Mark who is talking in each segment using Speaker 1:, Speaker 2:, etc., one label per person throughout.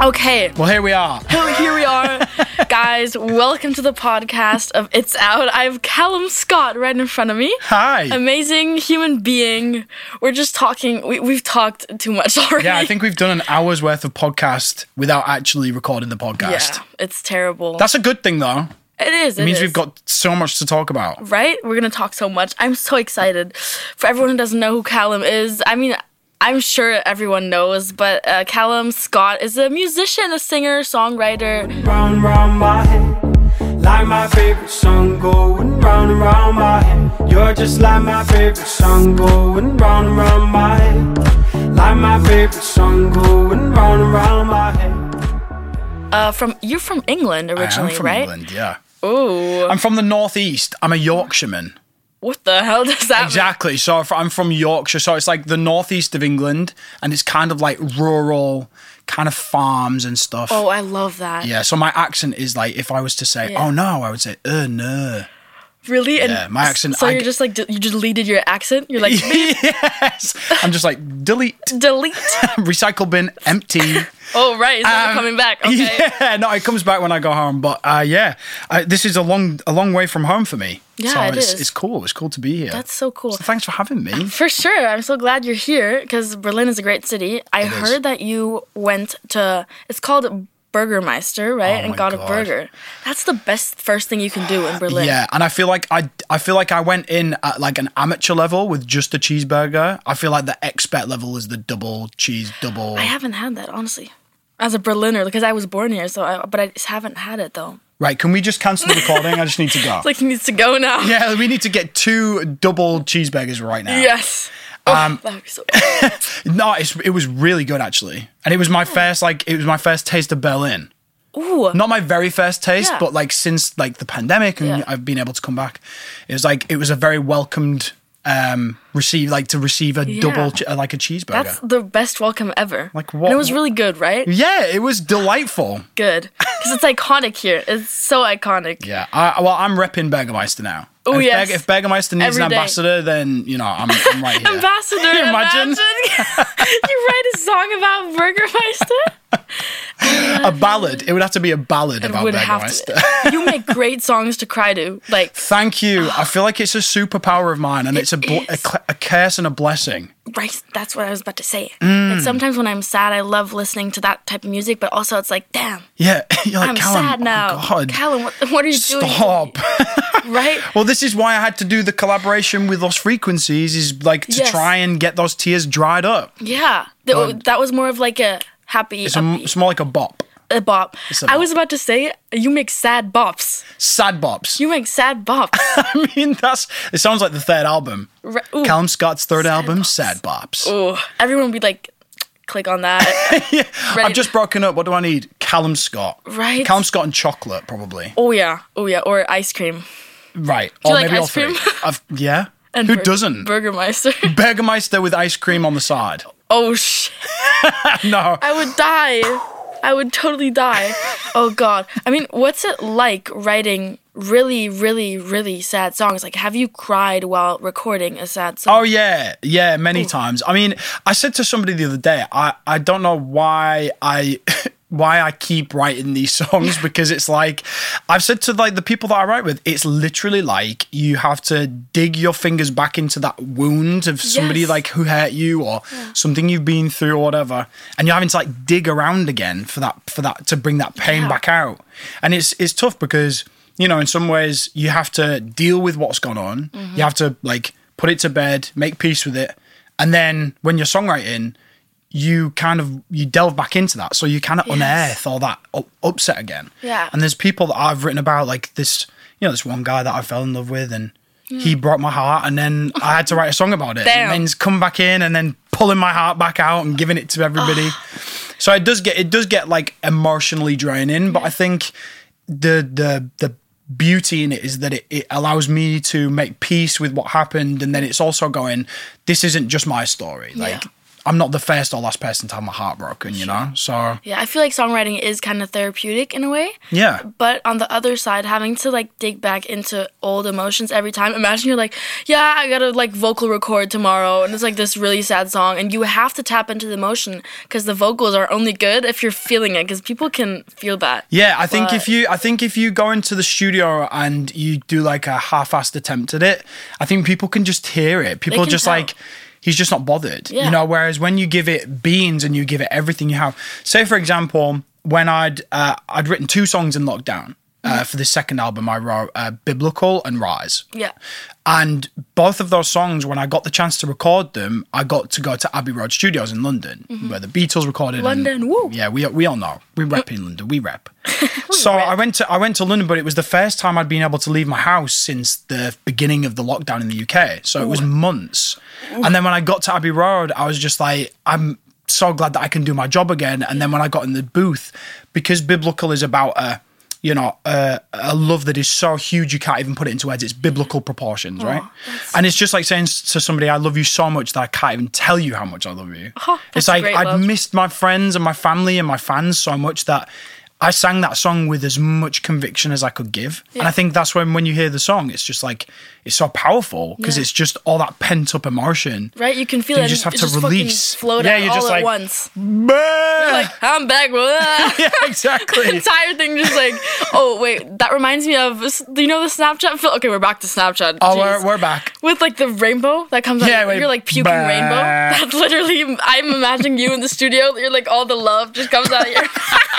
Speaker 1: Okay,
Speaker 2: Well, here we are.
Speaker 1: well, here we are. Guys, welcome to the podcast of It's Out. I have Callum Scott right in front of me.
Speaker 2: Hi.
Speaker 1: Amazing human being. We're just talking. We, we've talked too much already.
Speaker 2: yeah, I think we've done an hour's worth of podcast without actually recording the podcast.
Speaker 1: Yeah, it's terrible.
Speaker 2: That's a good thing, though.
Speaker 1: it is.
Speaker 2: It means we've got so much to talk about.
Speaker 1: right? We're gonna talk so much. I'm so excited. For everyone who doesn't know who Callum is, I mean, I'm sure everyone knows, but uh, Callum Scott is a musician, a singer, songwriter.
Speaker 3: round round my head like my favorite song going round and round my head you're just like my favorite song going round and round my head like my favorite song going round and round my head
Speaker 1: Uh, from you're from England originally,
Speaker 2: I am from
Speaker 1: right?
Speaker 2: England, yeah.
Speaker 1: Ooh,
Speaker 2: I'm from the northeast. I'm a Yorkshireman.
Speaker 1: what the hell does that? mean?
Speaker 2: Exactly. So if- I'm from Yorkshire. So it's like the northeast of England, and it's kind of like rural, kind of farms and stuff.
Speaker 1: Oh, I love that.
Speaker 2: Yeah. So my accent is like if I was to say,
Speaker 1: Yeah.
Speaker 2: "Oh no," I would say, "Uh no."
Speaker 1: Really? And
Speaker 2: Yeah, my accent-
Speaker 1: So
Speaker 2: I-
Speaker 1: you're just like d- you deleted your accent. You're like
Speaker 2: yes. I'm just like delete,
Speaker 1: delete.
Speaker 2: recycle bin empty.
Speaker 1: oh right, it's not
Speaker 2: Um,
Speaker 1: coming back. Okay.
Speaker 2: Yeah, no, it comes back when I go home. But uh, yeah, I, this is a long, a long way from home for me.
Speaker 1: Yeah,
Speaker 2: so
Speaker 1: it
Speaker 2: it's,
Speaker 1: is.
Speaker 2: It's cool. It's cool to be here.
Speaker 1: That's so cool.
Speaker 2: So thanks for having me.
Speaker 1: For sure. I'm so glad you're here because Berlin is a great city. I
Speaker 2: is.
Speaker 1: heard that you went to, it's called Burgermeister, right?
Speaker 2: Oh
Speaker 1: and
Speaker 2: my
Speaker 1: got a
Speaker 2: God.
Speaker 1: burger. That's the best first thing you can do in Berlin.
Speaker 2: Yeah, and I feel like I, I feel like I went in at like an amateur level with just a cheeseburger. I feel like the expert level is the double cheese double.
Speaker 1: I haven't had that, honestly. As a Berliner, because I was born here, so I, but I just haven't had it though.
Speaker 2: Right? Can we just cancel the recording? I just need to go.
Speaker 1: Like, he needs to go now.
Speaker 2: yeah, we need to get two double cheeseburgers right now.
Speaker 1: Yes. Um, that would be so
Speaker 2: No, it's, it was really good actually, and it was my
Speaker 1: Hmm.
Speaker 2: first like it was my first taste of Berlin.
Speaker 1: Ooh.
Speaker 2: Not my very first taste,
Speaker 1: Yeah.
Speaker 2: but like since like the pandemic, and
Speaker 1: Yeah.
Speaker 2: I've been able to come back. It was like it was a very welcomed um receive like to receive a double che- uh, like a cheeseburger.
Speaker 1: That's the best welcome ever.
Speaker 2: Like,
Speaker 1: And
Speaker 2: what-
Speaker 1: it was really good, right?
Speaker 2: yeah, it was delightful.
Speaker 1: Good. Because it's iconic here. It's so iconic.
Speaker 2: Yeah, I, well, I'm repping Burgermeister now.
Speaker 1: Oh,
Speaker 2: if
Speaker 1: yes.
Speaker 2: Berg- if Burgermeister needs
Speaker 1: Every
Speaker 2: an
Speaker 1: day.
Speaker 2: ambassador, then you know I'm, I'm right here.
Speaker 1: ambassador.
Speaker 2: you imagine?
Speaker 1: you write a song about Burgermeister?
Speaker 2: a ballad. It would have to be a ballad
Speaker 1: It
Speaker 2: about
Speaker 1: would have
Speaker 2: Burgermeister.
Speaker 1: to. You make great songs to cry to. Like,
Speaker 2: Thank you. I feel like it's a superpower of mine, and it's a, bl- a,
Speaker 1: Ah. is.
Speaker 2: cl- a curse and a blessing.
Speaker 1: right? That's what I was about to say.
Speaker 2: Mm.
Speaker 1: Like, sometimes when I'm sad, I love listening to that type of music, but also it's like, damn,
Speaker 2: Yeah, you're like
Speaker 1: I'm
Speaker 2: Callum.
Speaker 1: sad
Speaker 2: oh,
Speaker 1: now.
Speaker 2: God,
Speaker 1: Callum, what, what are you doing?
Speaker 2: stop.
Speaker 1: Right?
Speaker 2: Well, this is why I had to do the collaboration with Lost Frequencies, is like to
Speaker 1: Yes.
Speaker 2: try and get those tears dried up.
Speaker 1: Yeah. Th- that was more of like a happy
Speaker 2: It's, a, m-
Speaker 1: upbeat-
Speaker 2: it's more like a bop,
Speaker 1: a bop.
Speaker 2: a
Speaker 1: I
Speaker 2: bop.
Speaker 1: was about to say, you make sad bops.
Speaker 2: sad bops.
Speaker 1: You make sad bops.
Speaker 2: I mean, that's it sounds like the third album.
Speaker 1: Re- ooh.
Speaker 2: Callum Scott's third album,
Speaker 1: bops.
Speaker 2: Sad Bops.
Speaker 1: Ooh. Everyone would be like, click on that.
Speaker 2: I've just broken up. What do I need? Callum Scott.
Speaker 1: Right.
Speaker 2: Callum Scott and chocolate, probably.
Speaker 1: Oh yeah, oh yeah, or ice cream.
Speaker 2: Right.
Speaker 1: you
Speaker 2: or
Speaker 1: like
Speaker 2: maybe
Speaker 1: ice
Speaker 2: all three.
Speaker 1: cream?
Speaker 2: I've, yeah.
Speaker 1: And
Speaker 2: Who
Speaker 1: Bur-
Speaker 2: doesn't?
Speaker 1: Burgermeister.
Speaker 2: Burgermeister with ice cream on the side.
Speaker 1: oh sh!
Speaker 2: No.
Speaker 1: I would die. I would totally die. Oh god. I mean, what's it like writing really, really, really sad songs? Like, have you cried while recording a sad song?
Speaker 2: Oh yeah, yeah, many times. I mean, I said to somebody the other day, I I don't know why I why I keep writing these songs because it's like I've said to like the people that I write with, it's literally like you have to dig your fingers back into that wound of somebody
Speaker 1: Yes.
Speaker 2: like who hurt you or something you've been through or whatever, and you're having to like dig around again for that for that to bring that pain
Speaker 1: Yeah.
Speaker 2: back out, and it's it's tough because you know in some ways you have to deal with what's gone on,
Speaker 1: Mm-hmm.
Speaker 2: you have to like put it to bed, make peace with it, and then when you're songwriting, you kind of you delve back into that, so you kind of unearth all that u- upset again.
Speaker 1: Yeah.
Speaker 2: and there's people that I've written about like this, you know, this one guy that I fell in love with and. He broke my heart, and then I had to write a song about it.
Speaker 1: Damn.
Speaker 2: And then he's come back in, and then pulling my heart back out and giving it to everybody. So it does get it does get like emotionally draining, but I think the the the beauty in it is that it, it allows me to make peace with what happened and then it's also going, this isn't just my story. Like I'm not the first or last person to have my heart broken, you know? So,
Speaker 1: Yeah, I feel like songwriting is kind of therapeutic in a way.
Speaker 2: yeah.
Speaker 1: But on the other side, having to like dig back into old emotions every time. Imagine you're like, yeah, I gotta like vocal record tomorrow, and it's like this really sad song, and you have to tap into the emotion because the vocals are only good if you're feeling it, because people can feel that.
Speaker 2: Yeah, I think if
Speaker 1: But-
Speaker 2: you I think if you go into the studio and you do like a half-assed attempt at it, I think people can just hear it. People are
Speaker 1: can
Speaker 2: just
Speaker 1: tell.
Speaker 2: like he's just not bothered.
Speaker 1: Yeah.
Speaker 2: You know, whereas when you give it beans and you give it everything you have. Say for example, when I'd uh, I'd written two songs in lockdown.
Speaker 1: Mm-hmm.
Speaker 2: Uh, for the second album, I wrote uh, "Biblical" and "Rise."
Speaker 1: Yeah.
Speaker 2: And both of those songs, when I got the chance to record them, I got to go to Abbey Road Studios in London, where the Beatles recorded. and-
Speaker 1: Mm-hmm. London, woo. Mm-hmm.
Speaker 2: Yeah, we we all know we rep in London. We rep. so I went to I went to London, but it was the first time I'd been able to leave my house since the beginning of the lockdown in the UK. So it was months. And then when I got to Abbey Road, I was just like, I'm so glad that I can do my job again. And then when I got in the booth, because biblical is about a you know, uh, a love that is so huge you can't even put it into words. It's biblical proportions, right? And it's just like saying s- to somebody, "I love you so much that I can't even tell you how much I love you." it's
Speaker 1: that's
Speaker 2: like
Speaker 1: great
Speaker 2: I'd
Speaker 1: love.
Speaker 2: missed my friends and my family and my fans so much that I sang that song with as much conviction as I could give. And I think that's when when you hear the song, it's just like it's so powerful because
Speaker 1: Yeah.
Speaker 2: it's just all that pent up emotion.
Speaker 1: Right? You can feel
Speaker 2: You
Speaker 1: it.
Speaker 2: just
Speaker 1: and
Speaker 2: have
Speaker 1: it
Speaker 2: to
Speaker 1: fucking
Speaker 2: release.
Speaker 1: Float
Speaker 2: Yeah,
Speaker 1: out
Speaker 2: you're
Speaker 1: all
Speaker 2: just
Speaker 1: at
Speaker 2: like-
Speaker 1: once.
Speaker 2: Bah!
Speaker 1: Like, I'm back.
Speaker 2: yeah, exactly.
Speaker 1: entire thing just like oh wait that reminds me of this- do you know the snapchat fil- okay we're back to snapchat Jeez.
Speaker 2: Oh, we're, we're back.
Speaker 1: with like the rainbow that comes out
Speaker 2: Yeah,
Speaker 1: yeah,
Speaker 2: wait,
Speaker 1: you're like puking
Speaker 2: bah.
Speaker 1: rainbow that's literally i'm imagining you in the studio you're like all the love just comes out of your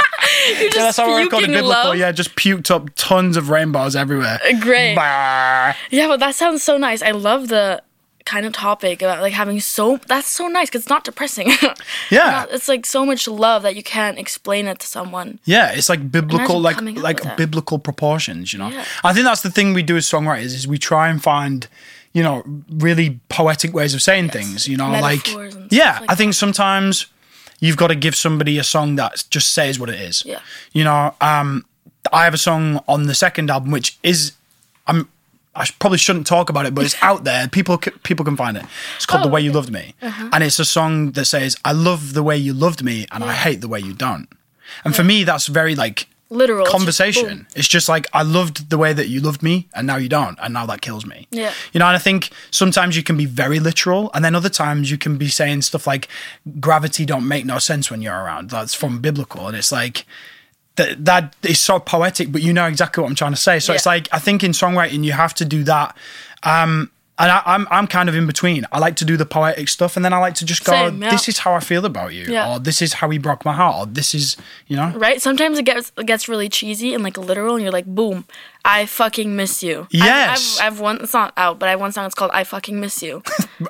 Speaker 1: you're just
Speaker 2: Yeah, that's how we recorded
Speaker 1: puking
Speaker 2: biblical.
Speaker 1: love
Speaker 2: Yeah, just puked up tons of rainbows everywhere.
Speaker 1: great
Speaker 2: Bah.
Speaker 1: yeah but that sounds so nice i love the kind of topic about like having so that's so nice because it's not depressing
Speaker 2: Yeah.
Speaker 1: it's like so much love that you can't explain it to someone
Speaker 2: Yeah, it's like biblical,
Speaker 1: Imagine
Speaker 2: like
Speaker 1: coming up with
Speaker 2: like
Speaker 1: that.
Speaker 2: biblical proportions. You know,
Speaker 1: Yeah.
Speaker 2: I think that's the thing we do as songwriters is we try and find, you know, really poetic ways of saying things. You know, like
Speaker 1: Metaphors and
Speaker 2: yeah,
Speaker 1: stuff like
Speaker 2: I think sometimes you've got to give somebody a song that just says what it is.
Speaker 1: Yeah.
Speaker 2: you know, um, I have a song on the second album which is I'm. I sh- probably shouldn't talk about it, but it's out there. People c- people can find it. It's called "The
Speaker 1: Oh,
Speaker 2: Way You Loved Me," and it's a song that says, "I love the way you loved me, and I hate the way you don't." And for me, that's very like
Speaker 1: literal it's just boom.
Speaker 2: conversation. It's just like I loved the way that you loved me, and now you don't, and now that kills me.
Speaker 1: Yeah.
Speaker 2: you know. And I think sometimes you can be very literal, and then other times you can be saying stuff like gravity don't make no sense when you're around. That's from biblical, and it's like. That, that is so poetic, but you know exactly what I'm trying to say. So it's
Speaker 1: Yeah.
Speaker 2: like I think in songwriting you have to do that, um, and I, I'm I'm kind of in between. I like to do the poetic stuff, and then I like to just go,
Speaker 1: Same, yeah.
Speaker 2: "This is how I feel about you,"
Speaker 1: Yeah.
Speaker 2: or "This is how he broke my heart," or "This is you know."
Speaker 1: right? Sometimes it gets it gets really cheesy and like literal, and you're like, boom, I fucking miss you. I've-
Speaker 2: Yes.
Speaker 1: I've, I've, one. It's not out, but I have one song. It's called "I Fucking Miss You."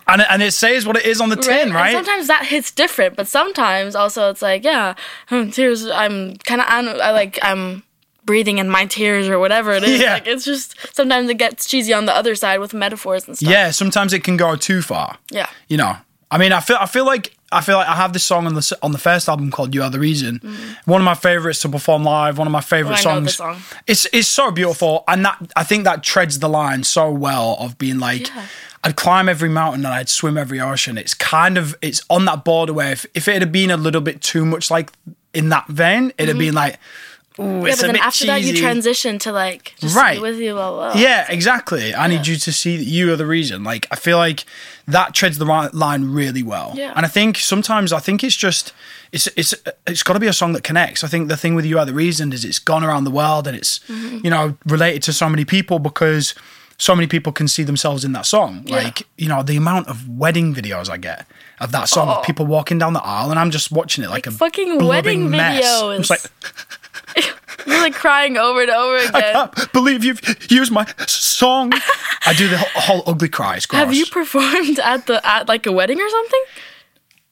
Speaker 2: and it, and it says what it is on the tin,
Speaker 1: And
Speaker 2: right?
Speaker 1: sometimes that hits different, but sometimes also it's like, yeah, hmm, tears. I'm kind of I like I'm breathing in my tears or whatever it is.
Speaker 2: Yeah.
Speaker 1: Like it's just sometimes it gets cheesy on the other side with metaphors and stuff.
Speaker 2: yeah, sometimes it can go too far.
Speaker 1: Yeah.
Speaker 2: You know, I mean, I feel I feel like I feel like I have this song on the s- on the first album called "You Are the Reason." One of my favorites to perform live. One of my favorite
Speaker 1: Mm-hmm. Oh, I know the
Speaker 2: songs.
Speaker 1: song.
Speaker 2: It's it's so beautiful, and that I think that treads the line so well of being like.
Speaker 1: Yeah.
Speaker 2: I'd climb every mountain and I'd swim every ocean. It's kind of it's on that border where if, if it had been a little bit too much like in that vein, it'd have been like, ooh,
Speaker 1: Mm-hmm. Yeah,
Speaker 2: it's
Speaker 1: but
Speaker 2: a
Speaker 1: then
Speaker 2: bit
Speaker 1: after that you
Speaker 2: cheesy.
Speaker 1: transition to like just
Speaker 2: Right.
Speaker 1: be with you, blah blah.
Speaker 2: Yeah, exactly. I need you to see that you are the reason. Like, I feel like that treads the ri- line really well.
Speaker 1: Yeah.
Speaker 2: And I think sometimes I think it's just it's it's it's got to be a song that connects. I think the thing with you are the reason is it's gone around the world and it's
Speaker 1: Mm-hmm.
Speaker 2: you know related to so many people because so many people can see themselves in that song. Like, you know, the amount of wedding videos I get of that song of people walking down the aisle and I'm just watching it like, a
Speaker 1: Oh. fucking
Speaker 2: blobbing
Speaker 1: wedding
Speaker 2: mess.
Speaker 1: videos.
Speaker 2: I'm just like,
Speaker 1: You're like crying over and over again.
Speaker 2: can't Ah, believe you've used my song. I do the whole, whole ugly cry. It's gross.
Speaker 1: Have you performed at the at like a wedding or something?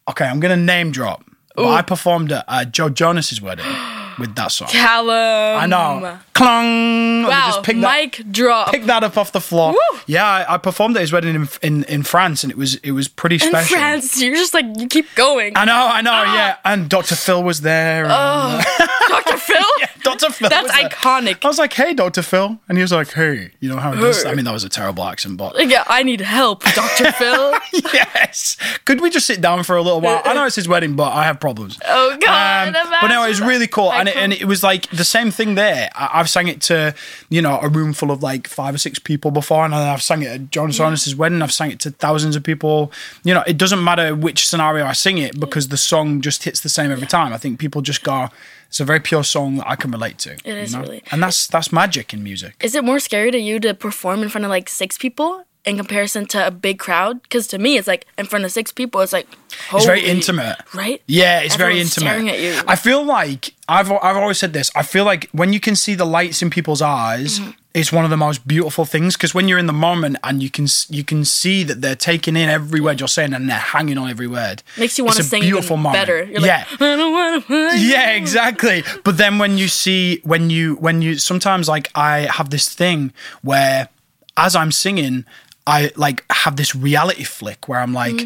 Speaker 2: okay, I'm gonna name drop. But I performed at uh, Joe Jonas's wedding with that song.
Speaker 1: Callum.
Speaker 2: I know. Clong. Let me
Speaker 1: Wow,
Speaker 2: just pick that,
Speaker 1: mic drop.
Speaker 2: pick that up off the floor.
Speaker 1: Woo.
Speaker 2: Yeah, I, I performed at his wedding in, in in France, and it was it was pretty
Speaker 1: in
Speaker 2: special.
Speaker 1: France, Ah. you're just like you keep going.
Speaker 2: I know, I know, yeah. And Dr. Phil was there. and-
Speaker 1: Dr. Phil,
Speaker 2: Dr. Phil.
Speaker 1: Oh, That's
Speaker 2: was there.
Speaker 1: iconic.
Speaker 2: I was like, hey, Dr. Phil. And he was like, hey, you know how it is? I mean, that was a terrible accent, but
Speaker 1: Yeah, I need help, Dr. Phil.
Speaker 2: yes. Could we just sit down for a little while? I know it's his wedding, but I have problems. Um,
Speaker 1: Oh, God,
Speaker 2: but no, it was
Speaker 1: imagine
Speaker 2: really cool, and it,
Speaker 1: that.
Speaker 2: and it was like the same thing there. I, I've sang it to you know a room full of like five or six people before, and I've sang it at John Sorenson's wedding. I've sang it to thousands of people. You know, it doesn't matter which scenario I sing it because the song just hits the same every time. I think people just go. It's a very pure song that I can relate to. It
Speaker 1: is really.
Speaker 2: and that's that's magic in music.
Speaker 1: Is it more scary to you to perform in front of like six people in comparison to a big crowd? Because to me, it's like in front of six people, it's like
Speaker 2: It's very
Speaker 1: holy-
Speaker 2: intimate.
Speaker 1: right?
Speaker 2: Yeah, it's very
Speaker 1: Everyone's
Speaker 2: intimate.
Speaker 1: Staring at you.
Speaker 2: I feel like I've I've always said this. I feel like when you can see the lights in people's eyes,
Speaker 1: Mm-hmm.
Speaker 2: it's one of the most beautiful things because when you're in the moment and you can s- you can see that they're taking in every word you're saying and they're hanging on every word.
Speaker 1: Makes you
Speaker 2: It's
Speaker 1: want to
Speaker 2: a
Speaker 1: sing
Speaker 2: beautiful
Speaker 1: even
Speaker 2: moment.
Speaker 1: better. You're
Speaker 2: yeah.
Speaker 1: like, I don't want to.
Speaker 2: yeah, exactly. But then when you see when you when you sometimes like I have this thing where as I'm singing, I like have this reality flick where I'm
Speaker 1: Mm.
Speaker 2: like,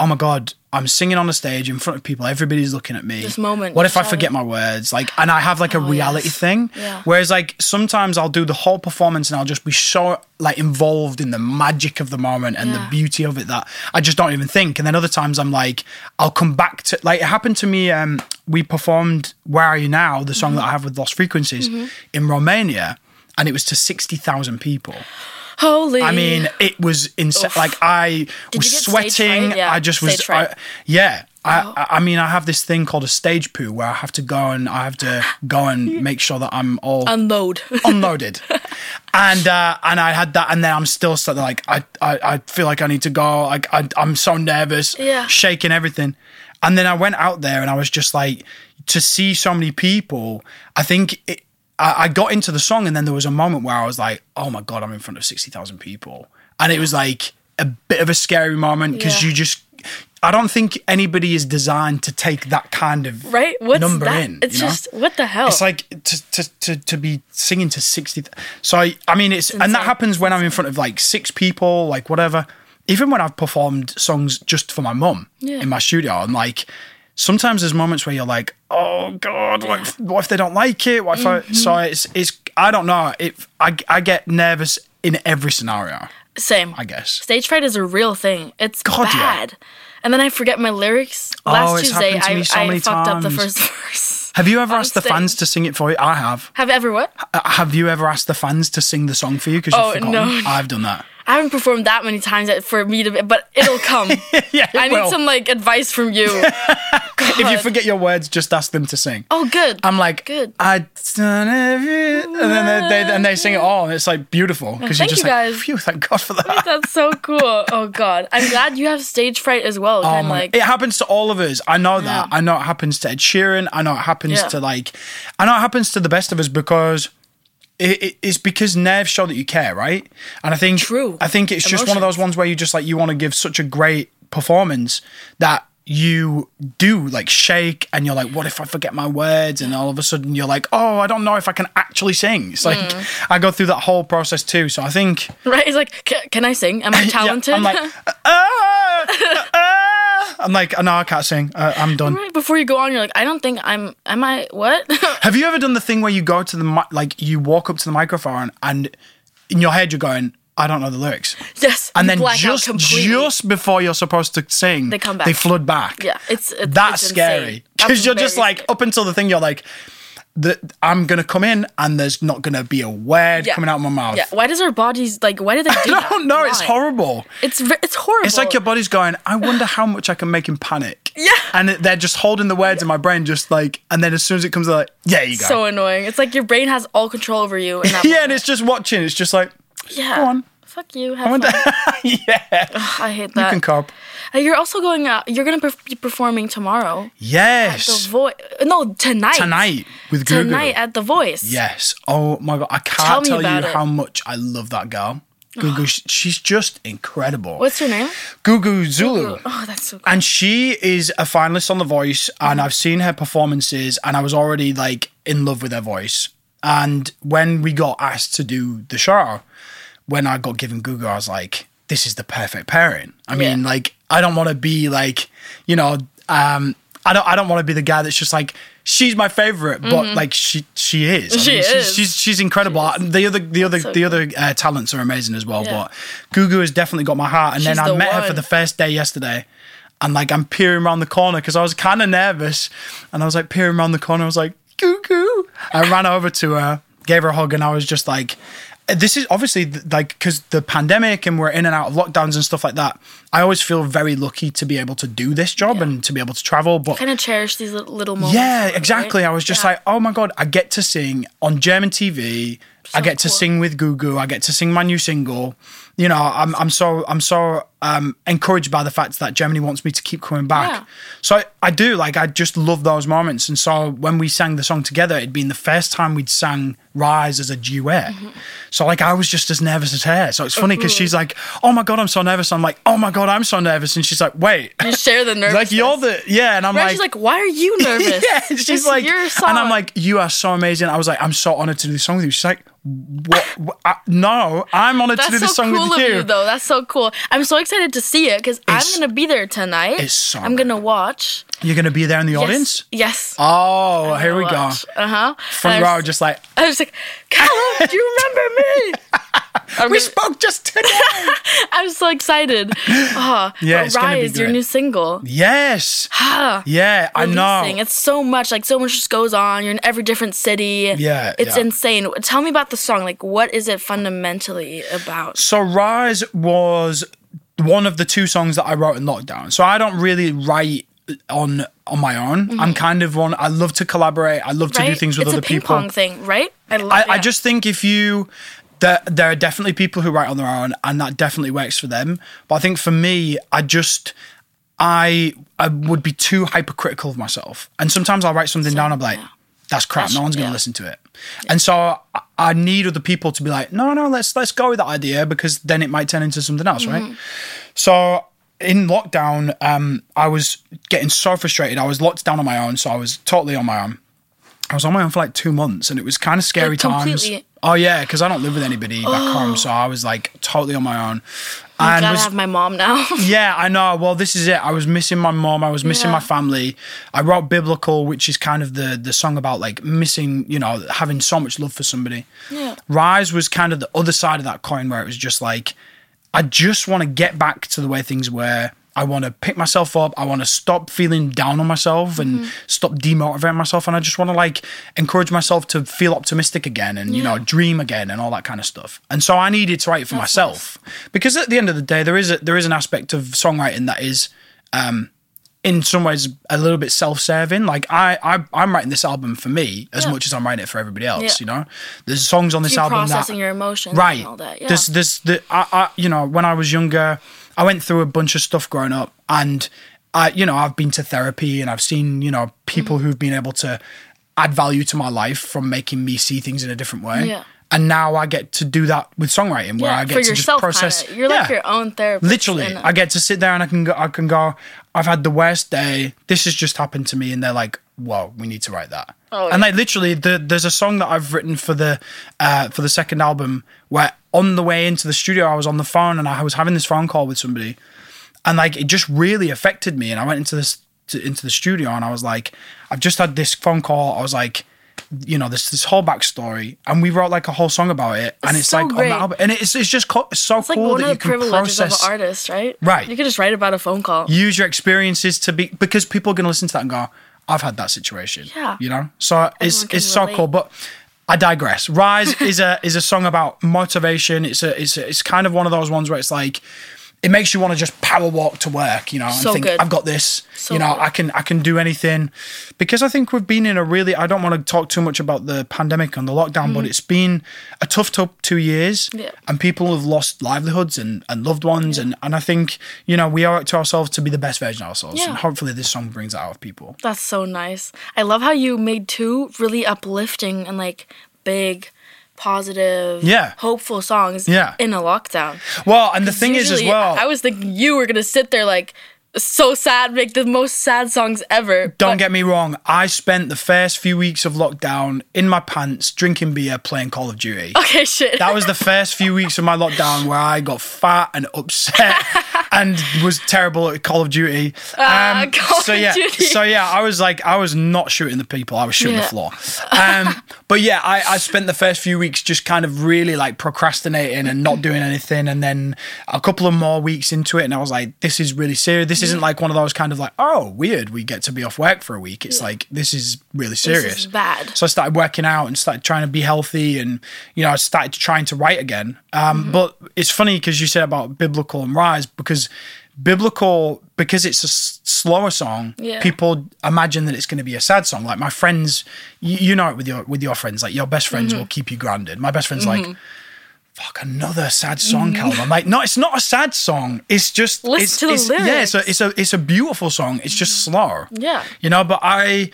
Speaker 2: oh my god, I'm singing on a stage in front of people, everybody's looking at me.
Speaker 1: This moment,
Speaker 2: What if I
Speaker 1: so- Oh,
Speaker 2: forget my words? Like and I have like a reality
Speaker 1: yes.
Speaker 2: thing.
Speaker 1: Yeah.
Speaker 2: Whereas like sometimes I'll do the whole performance and I'll just be so like involved in the magic of the moment and the
Speaker 1: Yeah.
Speaker 2: beauty of it that I just don't even think. And then other times I'm like, I'll come back to like it happened to me. Um, we performed "Where Are You Now," the song that I have with Lost Frequencies
Speaker 1: Mm-hmm.
Speaker 2: in Romania, and it was to sixty thousand people.
Speaker 1: Holy.
Speaker 2: I mean, it was insane. Like I was
Speaker 1: you get stage
Speaker 2: sweating.
Speaker 1: fright? Yeah,
Speaker 2: I just was.
Speaker 1: stage fright. Oh.
Speaker 2: I, yeah. I, I- I mean, I have this thing called a stage poo where I have to go and I have to go and make sure that I'm all
Speaker 1: unload.
Speaker 2: oh, unloaded. And uh, and I had that, and then I'm still sat there like I, I, I feel like I need to go. Like I, I'm so nervous,
Speaker 1: Yeah.
Speaker 2: shaking everything. And then I went out there, and I was just like, to see so many people. I think it, I, I got into the song, and then there was a moment where I was like, oh my god, I'm in front of sixty thousand people, and it was like a bit of a scary moment because
Speaker 1: Yeah.
Speaker 2: you just. I don't think anybody is designed to take that kind of
Speaker 1: right? What's
Speaker 2: number
Speaker 1: that?
Speaker 2: in.
Speaker 1: it's
Speaker 2: you know?
Speaker 1: just what the hell?
Speaker 2: It's like to, to, to, to be singing to 60. th- So, I, I mean, it's, and that
Speaker 1: insane.
Speaker 2: happens when I'm in front of like six people, like whatever. Even when I've performed songs just for my mum
Speaker 1: Yeah.
Speaker 2: in my studio, I'm like, sometimes there's moments where you're like, oh God, what, if, what if they don't like it? What if
Speaker 1: Mm-hmm.
Speaker 2: I, so it's, it's, I don't know. If I, I get nervous in every scenario,
Speaker 1: same.
Speaker 2: I guess.
Speaker 1: Stage fright is a real thing. It's
Speaker 2: God, yeah.
Speaker 1: bad. And then I forget my lyrics.
Speaker 2: Oh,
Speaker 1: Last
Speaker 2: it's
Speaker 1: Tuesday,
Speaker 2: happened to
Speaker 1: I,
Speaker 2: me so
Speaker 1: I
Speaker 2: many
Speaker 1: fucked up the
Speaker 2: times.
Speaker 1: first verse.
Speaker 2: Have you ever
Speaker 1: On
Speaker 2: asked the
Speaker 1: stage.
Speaker 2: fans to sing it for you? I have.
Speaker 1: Have ever what?
Speaker 2: Uh, Have you ever asked the fans to sing the song for you? Because you've
Speaker 1: Oh,
Speaker 2: forgotten.
Speaker 1: no.
Speaker 2: I've done that.
Speaker 1: I haven't performed that many times that- for me to, but it'll come.
Speaker 2: Yeah, it
Speaker 1: I need
Speaker 2: will.
Speaker 1: some like advice from you.
Speaker 2: if you
Speaker 1: God.
Speaker 2: forget your words, just ask them to sing.
Speaker 1: Oh, good.
Speaker 2: I'm like,
Speaker 1: Good.
Speaker 2: I done every-" and then they, they and they sing it all, and it's like beautiful because you're
Speaker 1: Thank
Speaker 2: just
Speaker 1: you,
Speaker 2: like,
Speaker 1: guys.
Speaker 2: phew, thank God for that.
Speaker 1: That's so cool. Oh God, I'm glad you have stage fright as well.
Speaker 2: Oh
Speaker 1: Kind of
Speaker 2: my-
Speaker 1: like
Speaker 2: it happens to all of us. I know that.
Speaker 1: Yeah.
Speaker 2: I know it happens to Ed Sheeran. I know it happens
Speaker 1: Yeah.
Speaker 2: to like, I know it happens to the best of us because it, it- it's because nerves show that you care, right? And I think
Speaker 1: True.
Speaker 2: I think it's just one of
Speaker 1: Emotions.
Speaker 2: those ones where you just like you want to give such a great performance that you do like shake and you're like what if i forget my words and all of a sudden you're like oh i don't know if i can actually sing it's like
Speaker 1: Mm.
Speaker 2: i go through that whole process too so i think
Speaker 1: right. It's like, "Ca- can I sing? Am I
Speaker 2: yeah,
Speaker 1: talented?
Speaker 2: I'm like, uh, uh, uh. I'm like, oh, no, I can't sing. Uh, I'm done.
Speaker 1: Right before you go on, you're like, I don't think I'm. Am I? What?
Speaker 2: Have you ever done the thing where you go to the mi- like you walk up to the microphone and in your head you're going, I don't know the lyrics,
Speaker 1: yes.
Speaker 2: and
Speaker 1: you
Speaker 2: then
Speaker 1: black out
Speaker 2: just
Speaker 1: completely.
Speaker 2: just before you're supposed to sing, they
Speaker 1: come back.
Speaker 2: They flood back.
Speaker 1: Yeah, it's- it's-
Speaker 2: that's
Speaker 1: it's insane.
Speaker 2: scary
Speaker 1: That's
Speaker 2: because you're just
Speaker 1: very
Speaker 2: like
Speaker 1: scary.
Speaker 2: up until the thing you're like. The, I'm gonna come in and there's not gonna be a word
Speaker 1: Yeah.
Speaker 2: coming out of my mouth.
Speaker 1: Yeah. Why does our bodies like? Why do they do
Speaker 2: "Oh, I
Speaker 1: that?
Speaker 2: don't know. It's
Speaker 1: Why?
Speaker 2: horrible.
Speaker 1: It's ve- it's horrible.
Speaker 2: It's like your body's going, I wonder how much I can make him panic.
Speaker 1: Yeah.
Speaker 2: And it- they're just holding the words in my brain, just like, and then as soon as it comes, they're like, yeah, you go.
Speaker 1: so annoying. It's like your brain has all control over you. In that
Speaker 2: yeah, and
Speaker 1: moment.
Speaker 2: it's just watching. It's just like,
Speaker 1: yeah.
Speaker 2: go on.
Speaker 1: Fuck you. Have fun.
Speaker 2: yeah,
Speaker 1: I hate
Speaker 2: you
Speaker 1: that.
Speaker 2: can cope.
Speaker 1: Uh, You're also going out. You're gonna perf- be performing tomorrow. The
Speaker 2: Yes.
Speaker 1: voice. No, tonight.
Speaker 2: Tonight with Google.
Speaker 1: Tonight at the voice.
Speaker 2: yes. Oh my God. I
Speaker 1: Tell
Speaker 2: can't
Speaker 1: me
Speaker 2: tell,
Speaker 1: about
Speaker 2: you
Speaker 1: it.
Speaker 2: how much I love that girl. Gugu, sh- she's just incredible.
Speaker 1: What's her name?
Speaker 2: Gugu Zulu.
Speaker 1: Oh, that's so cool.
Speaker 2: And she is a finalist on The Voice, and I've seen her performances, and I was already like in love with her voice. And when we got asked to do the show, when I got given Gugu, I was like, this is the perfect pairing. I mean,
Speaker 1: Yeah.
Speaker 2: like, I don't want to be like, you know, um, I don't I don't want to be the guy that's just like she's my favorite, but like she she is. I
Speaker 1: Mm-hmm. She
Speaker 2: she's,
Speaker 1: is.
Speaker 2: she's she's incredible. The other the other
Speaker 1: So
Speaker 2: the other uh, talents are amazing as well.
Speaker 1: Yeah.
Speaker 2: But Gugu has definitely got my heart. And
Speaker 1: She's
Speaker 2: then I
Speaker 1: the
Speaker 2: met her for
Speaker 1: one.
Speaker 2: the first day yesterday. And like I'm peering around the corner because I was kind of nervous, and I was like peering around the corner. I was like, "Cuckoo!" I ran over to her, gave her a hug, and I was just like, "This is obviously th- like because the pandemic and we're in and out of lockdowns and stuff like that." I always feel very lucky to be able to do this job and to be able to travel, but
Speaker 1: Kind of cherish these li- little moments.
Speaker 2: yeah,
Speaker 1: right?
Speaker 2: exactly. I was just
Speaker 1: Yeah.
Speaker 2: like, oh my god, I get to sing on German TV. I get to
Speaker 1: cool.
Speaker 2: sing with Gugu. I get to sing my new single. You know, I'm I'm so I'm so um, encouraged by the fact that Germany wants me to keep coming back.
Speaker 1: Yeah.
Speaker 2: So I, I do like I just love those moments. And so when we sang the song together, it'd been the first time we'd sang Rise as a duet.
Speaker 1: Mm-hmm.
Speaker 2: So like I was just as nervous as her. So it's funny because she's like, oh my god, I'm so nervous. I'm like, oh my god, I'm so nervous. And she's like, wait,
Speaker 1: You share the nerves.
Speaker 2: like you're the yeah. And I'm
Speaker 1: Right?
Speaker 2: like,
Speaker 1: she's like, why are you nervous?
Speaker 2: yeah, she's
Speaker 1: This is
Speaker 2: like,
Speaker 1: your song.
Speaker 2: and I'm like, you are so amazing. I was like, I'm so honored to do this song with you. She's like, what? what I, no, I'm honored to do
Speaker 1: that's
Speaker 2: this
Speaker 1: so
Speaker 2: song
Speaker 1: cool
Speaker 2: with
Speaker 1: of
Speaker 2: you.
Speaker 1: you, though. That's so cool. I'm so excited to see it because I'm
Speaker 2: It's-
Speaker 1: gonna be there tonight.
Speaker 2: it's so
Speaker 1: I'm gonna watch.
Speaker 2: You're gonna be there in the
Speaker 1: Yes.
Speaker 2: audience.
Speaker 1: Yes.
Speaker 2: Oh, here we go.
Speaker 1: Uh huh.
Speaker 2: Front row, just like
Speaker 1: I was like, Callum, do you remember me? I'm
Speaker 2: we
Speaker 1: gonna-
Speaker 2: spoke just today.
Speaker 1: I'm so excited. Oh,
Speaker 2: Yeah,
Speaker 1: but
Speaker 2: it's gonna be
Speaker 1: Rise, your
Speaker 2: great.
Speaker 1: new single.
Speaker 2: yes. yeah, I know.
Speaker 1: It's so much. Like, so much just goes on. You're in every different city.
Speaker 2: Yeah,
Speaker 1: It's
Speaker 2: yeah.
Speaker 1: insane. Tell me about the song. Like, what is it fundamentally about?
Speaker 2: So Rise was one of the two songs that I wrote in lockdown. So I don't really write on on my own. I'm kind of one. I love to collaborate. I love to do
Speaker 1: Mm-hmm. Right?
Speaker 2: things with
Speaker 1: it's
Speaker 2: other
Speaker 1: a ping
Speaker 2: people.
Speaker 1: pong thing, right? I love
Speaker 2: I, I
Speaker 1: yeah.
Speaker 2: just think if you there, there are definitely people who write on their own and that definitely works for them but i think for me i just i i would be too hypercritical of myself and sometimes i'll write something down i'm like that's crap no one's gonna
Speaker 1: yeah.
Speaker 2: listen to it and so I, I need other people to be like no no let's let's go with that idea because then it might turn into something else
Speaker 1: Mm-hmm.
Speaker 2: right so in lockdown um i was getting so frustrated i was locked down on my own so i was totally on my own I was on my own for like two months, and it was kind of scary
Speaker 1: Like,
Speaker 2: times.
Speaker 1: completely.
Speaker 2: Oh yeah, because I don't live with anybody back home, so I was like totally on my own.
Speaker 1: I
Speaker 2: And
Speaker 1: gotta
Speaker 2: was-
Speaker 1: have my mom now.
Speaker 2: yeah, I know. Well, this is it. I was missing my mom. I was missing
Speaker 1: Yeah.
Speaker 2: my family. I wrote biblical, which is kind of the the song about like missing, you know, having so much love for somebody.
Speaker 1: Yeah.
Speaker 2: Rise was kind of the other side of that coin, where it was just like, I just want to get back to the way things were. I want to pick myself up. I want to stop feeling down on myself and
Speaker 1: Mm-hmm.
Speaker 2: stop demotivating myself. And I just want to like encourage myself to feel optimistic again and, you know, dream again and all that kind of stuff. And so I needed to write it for myself because at the end of the day, there is a, there is an aspect of songwriting that is in some ways a little bit self-serving like i, I i'm writing this album for me as
Speaker 1: Yeah.
Speaker 2: much as i'm writing it for everybody else
Speaker 1: Yeah.
Speaker 2: you know there's songs on this
Speaker 1: You're
Speaker 2: album
Speaker 1: processing
Speaker 2: that
Speaker 1: your emotions
Speaker 2: right
Speaker 1: and all that. Yeah.
Speaker 2: this this the I, I you know when i was younger i went through a bunch of stuff growing up and i you know i've been to therapy and i've seen you know people
Speaker 1: Mm.
Speaker 2: who've been able to add value to my life from making me see things in a different way
Speaker 1: Yeah.
Speaker 2: and now i get to do that with songwriting where
Speaker 1: yeah,
Speaker 2: i get
Speaker 1: for
Speaker 2: to
Speaker 1: yourself,
Speaker 2: just process
Speaker 1: kinda. You're like
Speaker 2: Yeah.
Speaker 1: your own therapist.
Speaker 2: Literally,
Speaker 1: and-
Speaker 2: I get to sit there and I can go. I can go. I've had the worst day. This has just happened to me, and they're like, "Whoa, we need to write that."
Speaker 1: Oh,
Speaker 2: and
Speaker 1: yeah.
Speaker 2: like literally, the, there's a song that I've written for the uh, for the second album where on the way into the studio, I was on the phone and I was having this phone call with somebody, and like it just really affected me. And I went into this to, into the studio and I was like, "I've just had this phone call." I was like. You know this this whole backstory, and we wrote like a whole song about it, and it's,
Speaker 1: It's so
Speaker 2: like on
Speaker 1: great.
Speaker 2: the album, and it's it's just co- it's so
Speaker 1: It's like
Speaker 2: cool
Speaker 1: one
Speaker 2: that
Speaker 1: of
Speaker 2: you
Speaker 1: the
Speaker 2: can
Speaker 1: privileges
Speaker 2: process
Speaker 1: of an artist, right?
Speaker 2: Right.
Speaker 1: You could just write about a phone call.
Speaker 2: use your experiences to be because people are going to listen to that and go, I've had that situation.
Speaker 1: Yeah.
Speaker 2: You know? So it's
Speaker 1: can
Speaker 2: it's so
Speaker 1: relate.
Speaker 2: cool. But I digress. Rise is a is a song about motivation. It's a it's a, it's kind of one of those ones where it's like it makes you want to just power walk to work, you know, and
Speaker 1: So
Speaker 2: think
Speaker 1: good.
Speaker 2: I've got this.
Speaker 1: So
Speaker 2: you know,
Speaker 1: good.
Speaker 2: I can I can do anything. Because I think we've been in a really I don't want to talk too much about the pandemic and the lockdown, but it's been a tough tough two years
Speaker 1: Mm. Yeah.
Speaker 2: and people have lost livelihoods and, and loved ones and, and I think you know we owe it to ourselves to be the best version of ourselves and
Speaker 1: Yeah.
Speaker 2: hopefully this song brings that out of people.
Speaker 1: That's so nice. I love how you made two really uplifting and like big, positive,
Speaker 2: Yeah.
Speaker 1: hopeful songs
Speaker 2: Yeah.
Speaker 1: in a lockdown.
Speaker 2: Well, and the thing is as
Speaker 1: Usually,
Speaker 2: well,
Speaker 1: I was thinking you were gonna sit there like so sad, make the most sad songs ever.
Speaker 2: Don't
Speaker 1: but-
Speaker 2: get me wrong, I spent the first few weeks of lockdown in my pants, drinking beer, playing Call of Duty.
Speaker 1: Okay, shit.
Speaker 2: That was the first few weeks of my lockdown where I got fat and upset and was terrible at Call of Duty. Um,
Speaker 1: Ah, Call
Speaker 2: so
Speaker 1: of
Speaker 2: yeah,
Speaker 1: Duty.
Speaker 2: so yeah, I was like, I was not shooting the people, I was shooting the
Speaker 1: Yeah.
Speaker 2: floor. Um, but yeah, I, I spent the first few weeks just kind of really like procrastinating and not doing anything, and then a couple of more weeks into it, and I was like, this is really serious. This isn't like one of those kind of like, oh, weird, we get to be off work for a week. It's like this is really serious.
Speaker 1: is bad.
Speaker 2: So I started working out and started trying to be healthy, and you know, I started trying to write again. Um,
Speaker 1: Mm-hmm.
Speaker 2: But it's funny because you said about biblical and rise because biblical because it's a s- slower song.
Speaker 1: Yeah.
Speaker 2: People imagine that it's going to be a sad song. Like my friends, you, you know it with your with your friends. Like your best friends
Speaker 1: Mm-hmm.
Speaker 2: will keep you grounded. My best friend's like. Fuck another sad song, Calvin. I'm like, no, it's not a sad song. It's just
Speaker 1: Mm-hmm. Listen
Speaker 2: it's,
Speaker 1: to the
Speaker 2: it's- Yeah,
Speaker 1: lyrics.
Speaker 2: it's a, it's a it's a beautiful song. It's just slow.
Speaker 1: Mm-hmm. Yeah.
Speaker 2: You know, but I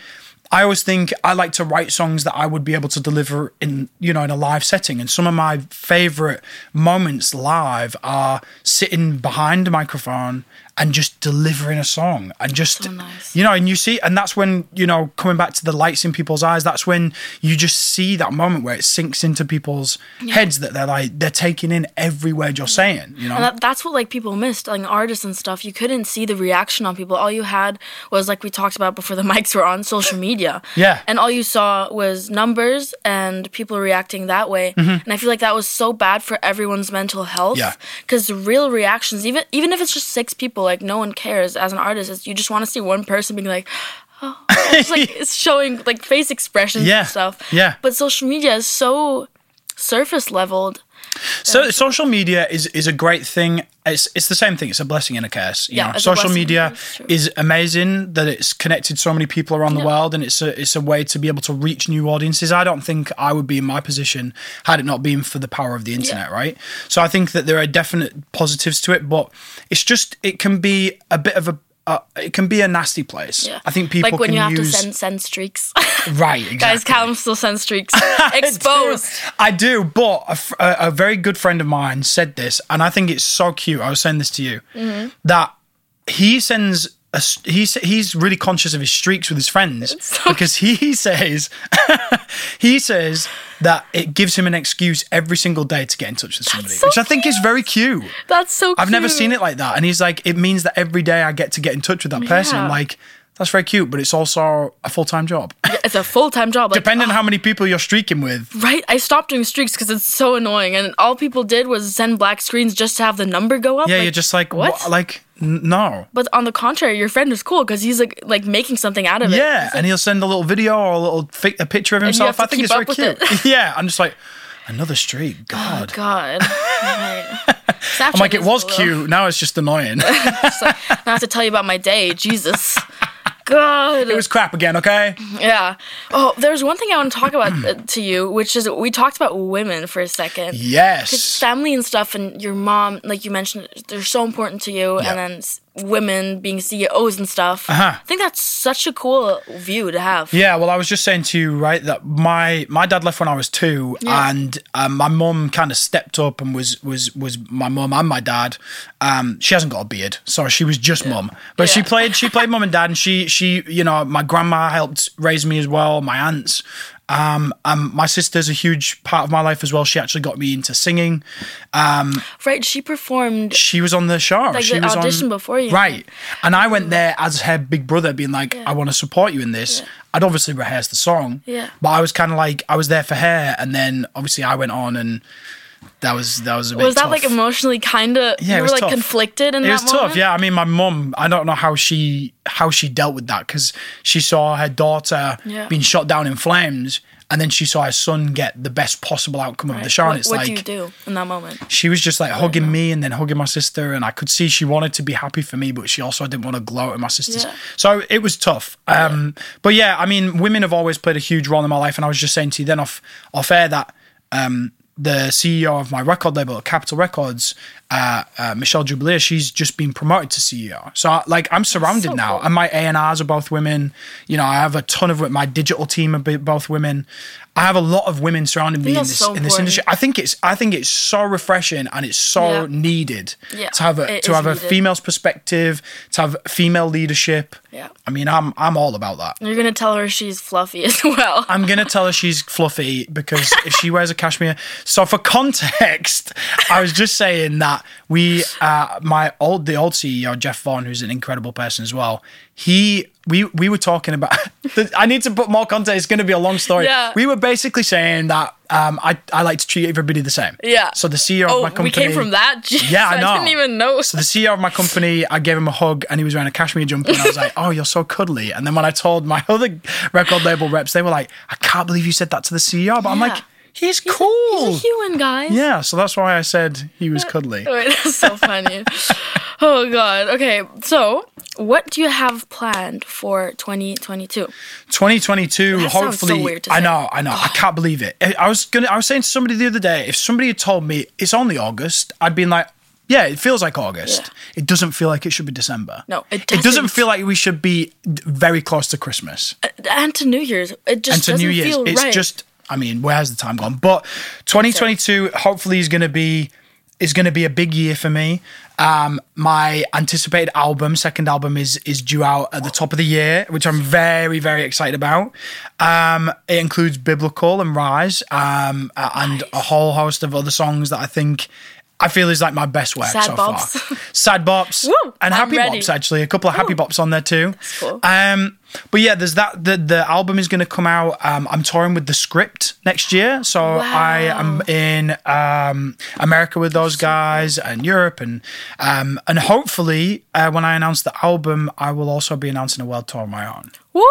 Speaker 2: I always think I like to write songs that I would be able to deliver in, you know, in a live setting. And some of my favorite moments live are sitting behind a microphone and just delivering a song and just
Speaker 1: nice.
Speaker 2: you know, and you see and that's when, you know, coming back to the lights in people's eyes, that's when you just see that moment where it sinks into people's heads that they're like they're taking in every word you're saying, you know.
Speaker 1: And that, that's what like people missed, like artists and stuff. You couldn't see the reaction on people. All you had was like we talked about before the mics were on social media.
Speaker 2: Yeah.
Speaker 1: And all you saw was numbers and people reacting that way. And I feel like that was so bad for everyone's mental health.
Speaker 2: Mm-hmm. Yeah.
Speaker 1: Because real reactions, even even if it's just six people, like no one cares. As an artist, it's, you just want to see one person being like. Oh, it's like it's showing like face expressions
Speaker 2: Yeah.
Speaker 1: and stuff.
Speaker 2: Yeah.
Speaker 1: But social media is so surface leveled.
Speaker 2: So social media is is a great thing. It's it's the same thing. It's a blessing and a curse. You
Speaker 1: Yeah,
Speaker 2: know?
Speaker 1: it's a
Speaker 2: social
Speaker 1: blessing.
Speaker 2: media
Speaker 1: That's true.
Speaker 2: is amazing that it's connected so many people around the
Speaker 1: Yeah.
Speaker 2: world, and it's a it's a way to be able to reach new audiences. I don't think I would be in my position had it not been for the power of the internet, right? So I think that there are definite positives to it, but it's just it can be a bit of a uh, it can be a nasty place. I think people
Speaker 1: like when
Speaker 2: can
Speaker 1: you have
Speaker 2: use
Speaker 1: to send send streaks.
Speaker 2: right. Exactly.
Speaker 1: Guys, Callum still sends streaks. Exposed.
Speaker 2: I do, but a, fr- a, a very good friend of mine said this, and I think it's so cute. I was saying this to you
Speaker 1: Mm-hmm.
Speaker 2: that he sends. A, s- he's he's really conscious of his streaks with his friends because he says he says that it gives him an excuse every single day to get in touch with somebody,
Speaker 1: so
Speaker 2: which I think is very cute.
Speaker 1: That's so. Cute.
Speaker 2: I've never seen it like that, and he's like, it means that every day I get to get in touch with that person. I'm
Speaker 1: Yeah.
Speaker 2: like, that's very cute, but it's also a full time job.
Speaker 1: It's a full time job. Like, uh,
Speaker 2: Depending on how many people you're streaking with,
Speaker 1: Right, I stopped doing streaks because it's so annoying, and all people did was send black screens just to have the number go up.
Speaker 2: Yeah, you're just like
Speaker 1: what?
Speaker 2: what? like n- no.
Speaker 1: but on the contrary, your friend is cool because he's like like making something out of it.
Speaker 2: Yeah, and he'll send a little video or a little fi- a picture of
Speaker 1: you have
Speaker 2: himself.
Speaker 1: to
Speaker 2: I think it's
Speaker 1: keep
Speaker 2: very
Speaker 1: up
Speaker 2: cute.
Speaker 1: with
Speaker 2: yeah, I'm just like another streak. God.
Speaker 1: God. Right.
Speaker 2: I'm like, it was cute. Now it's just annoying. it
Speaker 1: I have to tell you about my day. Jesus. God.
Speaker 2: was crap again, okay?
Speaker 1: Yeah. Oh, there's one thing I want to talk about uh, to you, which is we talked about women for a second.
Speaker 2: Yes.
Speaker 1: Family and stuff, and your mom, like you mentioned, they're so important to you.
Speaker 2: Yeah.
Speaker 1: And then s- women being CEOs and stuff. Uh-huh. I think that's such a cool view to have.
Speaker 2: Yeah, well, I was just saying to you, right, that my my dad left when I was two,
Speaker 1: Yeah.
Speaker 2: and um, my mum kind of stepped up and was was was my mum and my dad. Um, she hasn't got a beard, so she was just mum, but she
Speaker 1: Yeah.
Speaker 2: played she played mum and dad, and she she you know my grandma helped raise me as well, my aunts. Um, um, my sister's a huge part of my life as well. She actually got me into singing.
Speaker 1: Right? She performed.
Speaker 2: She was on the show.
Speaker 1: Like
Speaker 2: she
Speaker 1: the
Speaker 2: was
Speaker 1: audition
Speaker 2: on,
Speaker 1: before you.
Speaker 2: right? And I went there as her big brother, being like, "I want to support you in this." I'd obviously rehearsed the song,
Speaker 1: Yeah.
Speaker 2: But I was kind of like, I was there for her, and then obviously I went on, and that was that was a bit.
Speaker 1: Was that
Speaker 2: tough.
Speaker 1: like emotionally kind of? you
Speaker 2: Yeah, it
Speaker 1: were
Speaker 2: was
Speaker 1: like
Speaker 2: tough.
Speaker 1: conflicted in
Speaker 2: It
Speaker 1: that
Speaker 2: was
Speaker 1: moment.
Speaker 2: tough, yeah. I mean, my mum. I don't know how she how she dealt with that because she saw her daughter
Speaker 1: Yeah.
Speaker 2: being shot down in flames, and then she saw her son get the best possible outcome of the show. and
Speaker 1: What,
Speaker 2: it's
Speaker 1: what
Speaker 2: like,
Speaker 1: do you do in that moment?
Speaker 2: she was just like hugging me and then hugging my sister and i could see she wanted to be happy for me but she also didn't want to gloat at my sisters
Speaker 1: Yeah.
Speaker 2: so it was tough um but yeah i mean women have always played a huge role in my life and i was just saying to you then off off air that um the CEO of my record label, Capital Records, uh, uh, Michelle Jubilee, she's just been promoted to CEO. So, I- like, I'm surrounded
Speaker 1: so
Speaker 2: now,
Speaker 1: cool.
Speaker 2: and my A and R's are both women. You know, I have a ton of wo- my digital team are b- both women. I have a lot of women surrounding me in
Speaker 1: that's
Speaker 2: this
Speaker 1: so
Speaker 2: in this industry. I think it's I think it's so refreshing and it's so
Speaker 1: Yeah.
Speaker 2: needed
Speaker 1: Yeah,
Speaker 2: to have a
Speaker 1: it
Speaker 2: to
Speaker 1: is
Speaker 2: have a
Speaker 1: needed.
Speaker 2: female's perspective, to have female leadership.
Speaker 1: Yeah.
Speaker 2: I mean, I'm I'm all about that.
Speaker 1: You're gonna tell her she's fluffy as well.
Speaker 2: I'm gonna tell her she's fluffy because if she wears a cashmere. So for context, I was just saying that we, uh, my old the old CEO Jeff Vaughn, who's an incredible person as well. He we we were talking about. I need to put more context. It's gonna be a long story.
Speaker 1: Yeah.
Speaker 2: We were basically saying that um, I I like to treat everybody the same.
Speaker 1: Yeah.
Speaker 2: So the CEO
Speaker 1: oh,
Speaker 2: of my company.
Speaker 1: we came from that. Jeez,
Speaker 2: Yeah, I know.
Speaker 1: didn't even know.
Speaker 2: So the CEO of my company, I gave him a hug, and he was wearing a cashmere jumper, and I was like, "Oh, you're so cuddly." And then when I told my other record label reps, they were like, "I can't believe you said that to the CEO," but I'm
Speaker 1: Yeah.
Speaker 2: like, "He's cool."
Speaker 1: He's a human, guys.
Speaker 2: yeah, so that's why I said he was cuddly.
Speaker 1: Wait, that's so funny. oh god. Okay, so what do you have planned for 2022?
Speaker 2: 2022
Speaker 1: That sounds so
Speaker 2: hopefully
Speaker 1: weird to say.
Speaker 2: i
Speaker 1: Oh.
Speaker 2: know i know i can't believe it I- i was gonna i was saying to somebody the other day if somebody had told me it's only august i'd been like yeah it feels like august it doesn't feel like it should be december
Speaker 1: No, it
Speaker 2: it doesn't
Speaker 1: doesn't.
Speaker 2: feel like we should be d- very close to christmas
Speaker 1: And to New Year's, it just
Speaker 2: and to
Speaker 1: doesn't
Speaker 2: New Year's.
Speaker 1: feel
Speaker 2: It's
Speaker 1: right.
Speaker 2: just, I mean, where has the time gone? But 2022 hopefully is going to be is going to be a big year for me. Um, my anticipated album, second album, is is due out at the top of the year, which I'm very very excited about. Um, it includes Biblical and Rise, um, uh, and a whole host of other songs that I think. I feel is like my best work
Speaker 1: Sad
Speaker 2: so far.
Speaker 1: bops.
Speaker 2: Sad bops
Speaker 1: Woo,
Speaker 2: and
Speaker 1: I'm
Speaker 2: happy
Speaker 1: ready.
Speaker 2: bops actually. A couple of happy
Speaker 1: Ooh.
Speaker 2: bops on there too.
Speaker 1: Oh. cool.
Speaker 2: Um, but yeah, there's that. The, the album is going to come out. Um, I'm touring with the script next year, so I am in um, America with those guys and Europe, and um, and hopefully uh, when I announce the album, I will also be announcing a world tour of my own.
Speaker 1: Woohoo!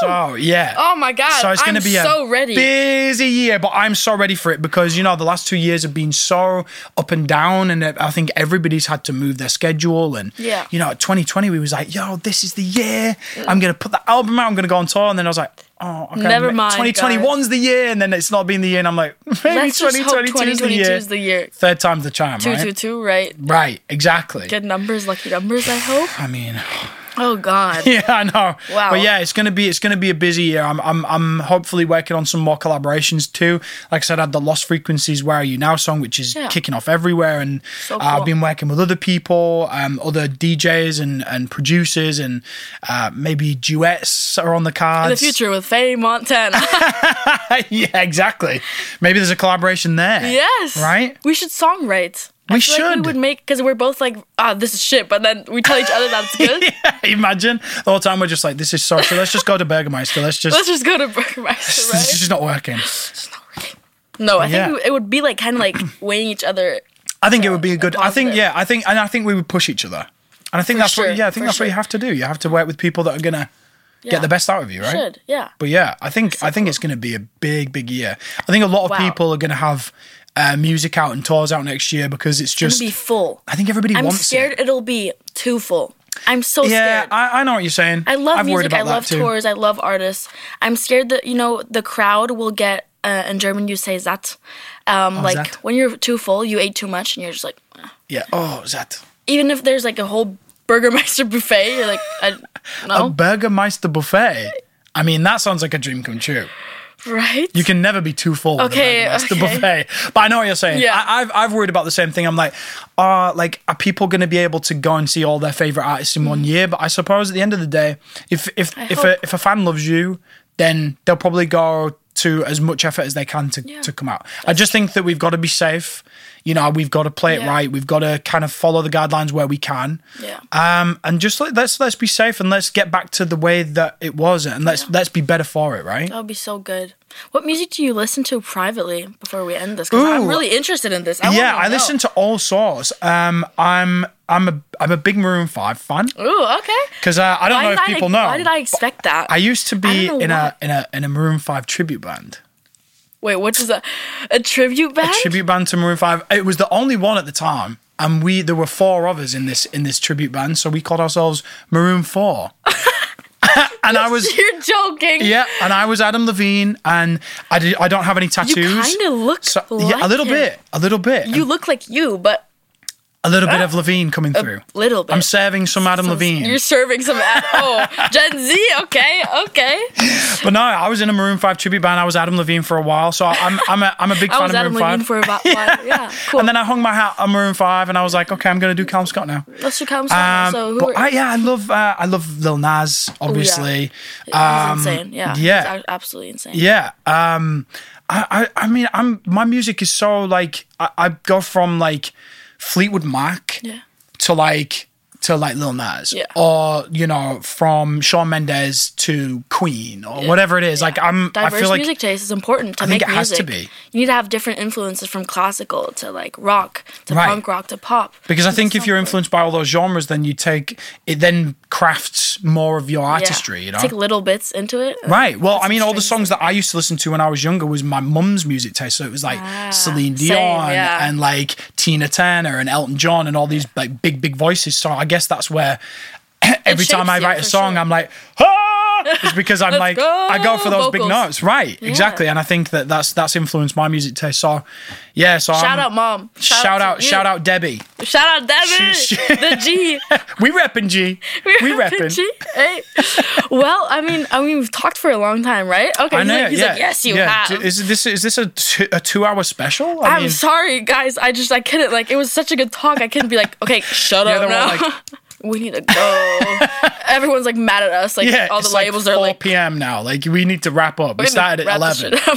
Speaker 2: So yeah.
Speaker 1: Oh my God,
Speaker 2: So it's going to
Speaker 1: I'm
Speaker 2: be a
Speaker 1: so ready.
Speaker 2: busy year, but I'm so ready for it because you know the last two years have been so up and down, and I think everybody's had to move their schedule. And
Speaker 1: Yeah.
Speaker 2: you know, 2020 we was like, yo, this is the year. I'm going to put the album out. I'm going to go on tour, and then I was like. Oh, okay.
Speaker 1: Never
Speaker 2: ma-
Speaker 1: mind,
Speaker 2: 2021's the year, and then it's not been the year, and I'm like, maybe
Speaker 1: Let's just hope
Speaker 2: 2022 is the
Speaker 1: 2022
Speaker 2: year.
Speaker 1: is the year.
Speaker 2: Third time's the charm,
Speaker 1: Two
Speaker 2: right?
Speaker 1: two two, right?
Speaker 2: Right, exactly.
Speaker 1: Good numbers, lucky numbers. I hope.
Speaker 2: I mean,
Speaker 1: Oh God.
Speaker 2: yeah, I know.
Speaker 1: Wow.
Speaker 2: But yeah, it's gonna be it's gonna be a busy year. I'm I'm I'm hopefully working on some more collaborations too. Like I said, I had the Lost Frequencies Where Are You Now song, which is
Speaker 1: Yeah.
Speaker 2: kicking off everywhere, and
Speaker 1: So
Speaker 2: uh, I've
Speaker 1: cool.
Speaker 2: been working with other people, um, other DJs and and producers, and uh, maybe duets are on the
Speaker 1: In the
Speaker 2: cards.
Speaker 1: future with Faye Montana.
Speaker 2: yeah, exactly. Maybe there's a collaboration there.
Speaker 1: yes.
Speaker 2: Right.
Speaker 1: We should songwrite. I
Speaker 2: We
Speaker 1: feel Like we
Speaker 2: should.
Speaker 1: would make because we're both like, ah, this is shit. But then we tell each other that's good.
Speaker 2: Imagine the whole time we're just like, this is so. So let's just go to Burgermeister. Let's just.
Speaker 1: Let's just go to Burgermeister,
Speaker 2: this is
Speaker 1: right?
Speaker 2: just not working.
Speaker 1: No, I
Speaker 2: Yeah.
Speaker 1: think it would be like kind of like weighing each other.
Speaker 2: I think it would be a good. I think
Speaker 1: positive.
Speaker 2: yeah. I think and I think we would push each other. And I think
Speaker 1: For
Speaker 2: that's
Speaker 1: sure,
Speaker 2: what yeah. I think
Speaker 1: for
Speaker 2: that's what you
Speaker 1: sure.
Speaker 2: have to do. You have to work with people that are gonna
Speaker 1: Yeah.
Speaker 2: get the best out of you, right?
Speaker 1: Should yeah.
Speaker 2: But yeah, I think I think it's gonna be a big big year. I think a lot of
Speaker 1: Wow.
Speaker 2: people are gonna have uh, music out and tours out next year because it's
Speaker 1: It'll
Speaker 2: just.
Speaker 1: be full.
Speaker 2: I think everybody
Speaker 1: I'm
Speaker 2: wants
Speaker 1: scared
Speaker 2: it.
Speaker 1: it. will be too full. I'm so
Speaker 2: Yeah,
Speaker 1: scared.
Speaker 2: I, I know what you're saying.
Speaker 1: I love
Speaker 2: I've worried
Speaker 1: music. I
Speaker 2: about that
Speaker 1: love
Speaker 2: too.
Speaker 1: tours. I love artists. I'm scared that you know the crowd will get. Uh, in German, you say "zat." Um, like
Speaker 2: "Satt."
Speaker 1: when you're too full, you ate too much, and you're just like, "Ugh."
Speaker 2: Yeah. Oh, that
Speaker 1: even if there's like a whole Burgermeister buffet, you're like, I,
Speaker 2: a
Speaker 1: no,
Speaker 2: Burgermeister buffet. I mean, that sounds like a dream come true.
Speaker 1: right?
Speaker 2: You can never be too full.
Speaker 1: Okay,
Speaker 2: with the
Speaker 1: okay.
Speaker 2: buffet. But I know what you're saying.
Speaker 1: Yeah.
Speaker 2: I, I've I've worried about the same thing. I'm like, are like are people going to be able to go and see all their favorite artists in one year? But I suppose at the end of the day, if if if
Speaker 1: Mm. hope.
Speaker 2: a, if a fan loves you, then they'll probably go to as much effort as they can to to come out. I just think that we've got to be safe. You know, we've got to play it
Speaker 1: Yeah.
Speaker 2: right. We've got to kind of follow the guidelines where we can.
Speaker 1: yeah.
Speaker 2: Um, and just let, let's let's be safe and let's get back to the way that it was and let's let's be better for it, right?
Speaker 1: That would be so good. What music do you listen to privately before we end this? Because
Speaker 2: Ooh.
Speaker 1: I'm really interested in this. I
Speaker 2: yeah, I listen to all sorts. Um, I'm I'm a I'm a big Maroon Five fan
Speaker 1: Ooh, okay.
Speaker 2: because uh, I don't know
Speaker 1: did
Speaker 2: if
Speaker 1: I-
Speaker 2: people know.
Speaker 1: Why did I expect that?
Speaker 2: I used to
Speaker 1: I
Speaker 2: be
Speaker 1: don't know
Speaker 2: in
Speaker 1: why.
Speaker 2: a in a in a Maroon Five tribute band.
Speaker 1: Wait, what is that? A tribute band?
Speaker 2: Tribute band to Maroon Five. It was the only one at the time, and we there were four of us in this in this tribute band, so we called ourselves Maroon Four. and I was
Speaker 1: You're joking.
Speaker 2: yeah, and I was Adam Levine, and I did, I don't have any tattoos.
Speaker 1: kinda look
Speaker 2: yeah, a
Speaker 1: like
Speaker 2: little
Speaker 1: him.
Speaker 2: bit, a little bit,
Speaker 1: You look like you, but
Speaker 2: a little bit of Levine coming through.
Speaker 1: little bit.
Speaker 2: I'm serving some Adam Levine.
Speaker 1: You're serving some. Ad- oh, Gen Z. Okay, okay.
Speaker 2: But no, I was in a Maroon Five tribute band. I was Adam Levine for a while, so I'm I'm a, I'm a big
Speaker 1: I
Speaker 2: fan
Speaker 1: was
Speaker 2: of
Speaker 1: Adam
Speaker 2: Maroon
Speaker 1: Levine
Speaker 2: Five.
Speaker 1: for about while. Yeah, cool.
Speaker 2: And then I hung my hat on Maroon Five, and I was like, okay, I'm gonna do Calum Scott now.
Speaker 1: Let's do Calum
Speaker 2: Um,
Speaker 1: So who
Speaker 2: but
Speaker 1: are Oh,
Speaker 2: I, yeah, I love uh, I love Lil Nas, obviously.
Speaker 1: He's
Speaker 2: Um,
Speaker 1: insane. Yeah.
Speaker 2: yeah.
Speaker 1: He's a- absolutely insane.
Speaker 2: Yeah. Um, I, I, I mean, I'm my music is so like I, I go from like Fleetwood Mac
Speaker 1: Yeah.
Speaker 2: to like to like Lil Nas,
Speaker 1: Yeah.
Speaker 2: or you know, from Shawn Mendes to Queen or whatever it is. Like I'm,
Speaker 1: Diverse
Speaker 2: I feel like
Speaker 1: music taste is important to make
Speaker 2: think it has to
Speaker 1: music.
Speaker 2: be.
Speaker 1: You need to have different influences from classical to like rock to
Speaker 2: Right.
Speaker 1: punk rock to pop.
Speaker 2: because I think if you're influenced by all those genres, then you take it then crafts more of your
Speaker 1: Yeah.
Speaker 2: artistry. You know,
Speaker 1: Take little bits into it.
Speaker 2: Right. Well, I mean, all the
Speaker 1: interesting.
Speaker 2: songs that I used to listen to when I was younger was my mum's music taste. So it was like Celine
Speaker 1: Ah, same,
Speaker 2: Dion
Speaker 1: yeah.
Speaker 2: and like Tina Turner and Elton John and all these like big, big voices. So I guess that's where every
Speaker 1: shapes
Speaker 2: time I
Speaker 1: you,
Speaker 2: write a
Speaker 1: for
Speaker 2: song,
Speaker 1: sure.
Speaker 2: I'm like, ah! It's because I'm
Speaker 1: Let's
Speaker 2: like,
Speaker 1: go,
Speaker 2: I go for those big
Speaker 1: vocals.
Speaker 2: notes. Right. Exactly. And I think that that's that's influenced my music taste. So yeah. So
Speaker 1: Shout
Speaker 2: I'm-
Speaker 1: out, mom.
Speaker 2: um, Shout,
Speaker 1: to
Speaker 2: out,
Speaker 1: you.
Speaker 2: shout out, Debbie.
Speaker 1: Shout out, Devin.
Speaker 2: She- she-
Speaker 1: the G.
Speaker 2: We reppin' G. We reppin'.
Speaker 1: G. Hey. Well, I mean, I mean, we've talked for a long time, right? Okay.
Speaker 2: I
Speaker 1: he's
Speaker 2: know.
Speaker 1: like, he's
Speaker 2: yeah.
Speaker 1: like, yes, you
Speaker 2: yeah.
Speaker 1: have.
Speaker 2: Is this is this a two, a two hour special? I
Speaker 1: I'm sorry, guys. I just I couldn't like it was such a good talk. I couldn't be like, okay, shut
Speaker 2: Yeah,
Speaker 1: up
Speaker 2: they're
Speaker 1: now.
Speaker 2: all like-
Speaker 1: we need to go. Everyone's like mad at us. Like
Speaker 2: Yeah,
Speaker 1: all the
Speaker 2: it's like
Speaker 1: labels
Speaker 2: 4
Speaker 1: are like.
Speaker 2: p.m. now. Like we need to wrap up. We
Speaker 1: "We're gonna
Speaker 2: started at
Speaker 1: wrap this
Speaker 2: eleven.
Speaker 1: shit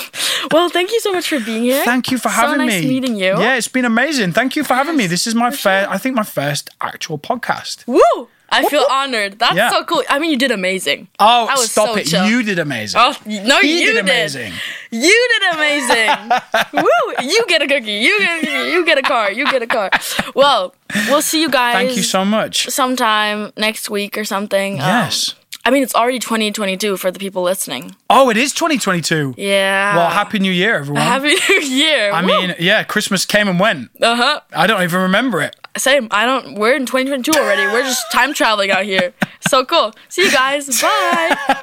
Speaker 1: up." well, thank you so much for being here.
Speaker 2: Thank you for having
Speaker 1: so
Speaker 2: me.
Speaker 1: nice meeting you.
Speaker 2: Yeah, it's been amazing. Thank you for having me. This is my first. I think my first actual podcast.
Speaker 1: Woo! I feel honored. That's
Speaker 2: Yeah.
Speaker 1: so cool. I mean, you did amazing.
Speaker 2: Oh,
Speaker 1: I was
Speaker 2: stop
Speaker 1: so
Speaker 2: it!
Speaker 1: chill.
Speaker 2: You did amazing.
Speaker 1: Oh no,
Speaker 2: He
Speaker 1: you
Speaker 2: did
Speaker 1: did.
Speaker 2: amazing.
Speaker 1: You did amazing. Woo! You get a cookie. You get a cookie. You get a car. You get a car. Well, we'll see you guys.
Speaker 2: Thank you so much.
Speaker 1: sometime next week or something. Um,
Speaker 2: Yes.
Speaker 1: I mean, it's already 2022 for the people listening.
Speaker 2: Oh, it is 2022.
Speaker 1: Yeah.
Speaker 2: Well, happy New Year, everyone.
Speaker 1: Happy New Year.
Speaker 2: I mean, yeah, Christmas came and went.
Speaker 1: uh huh.
Speaker 2: I don't even remember it.
Speaker 1: Same. I don't. We're in 2022 already. We're just time traveling out here. So cool. See you guys. Bye.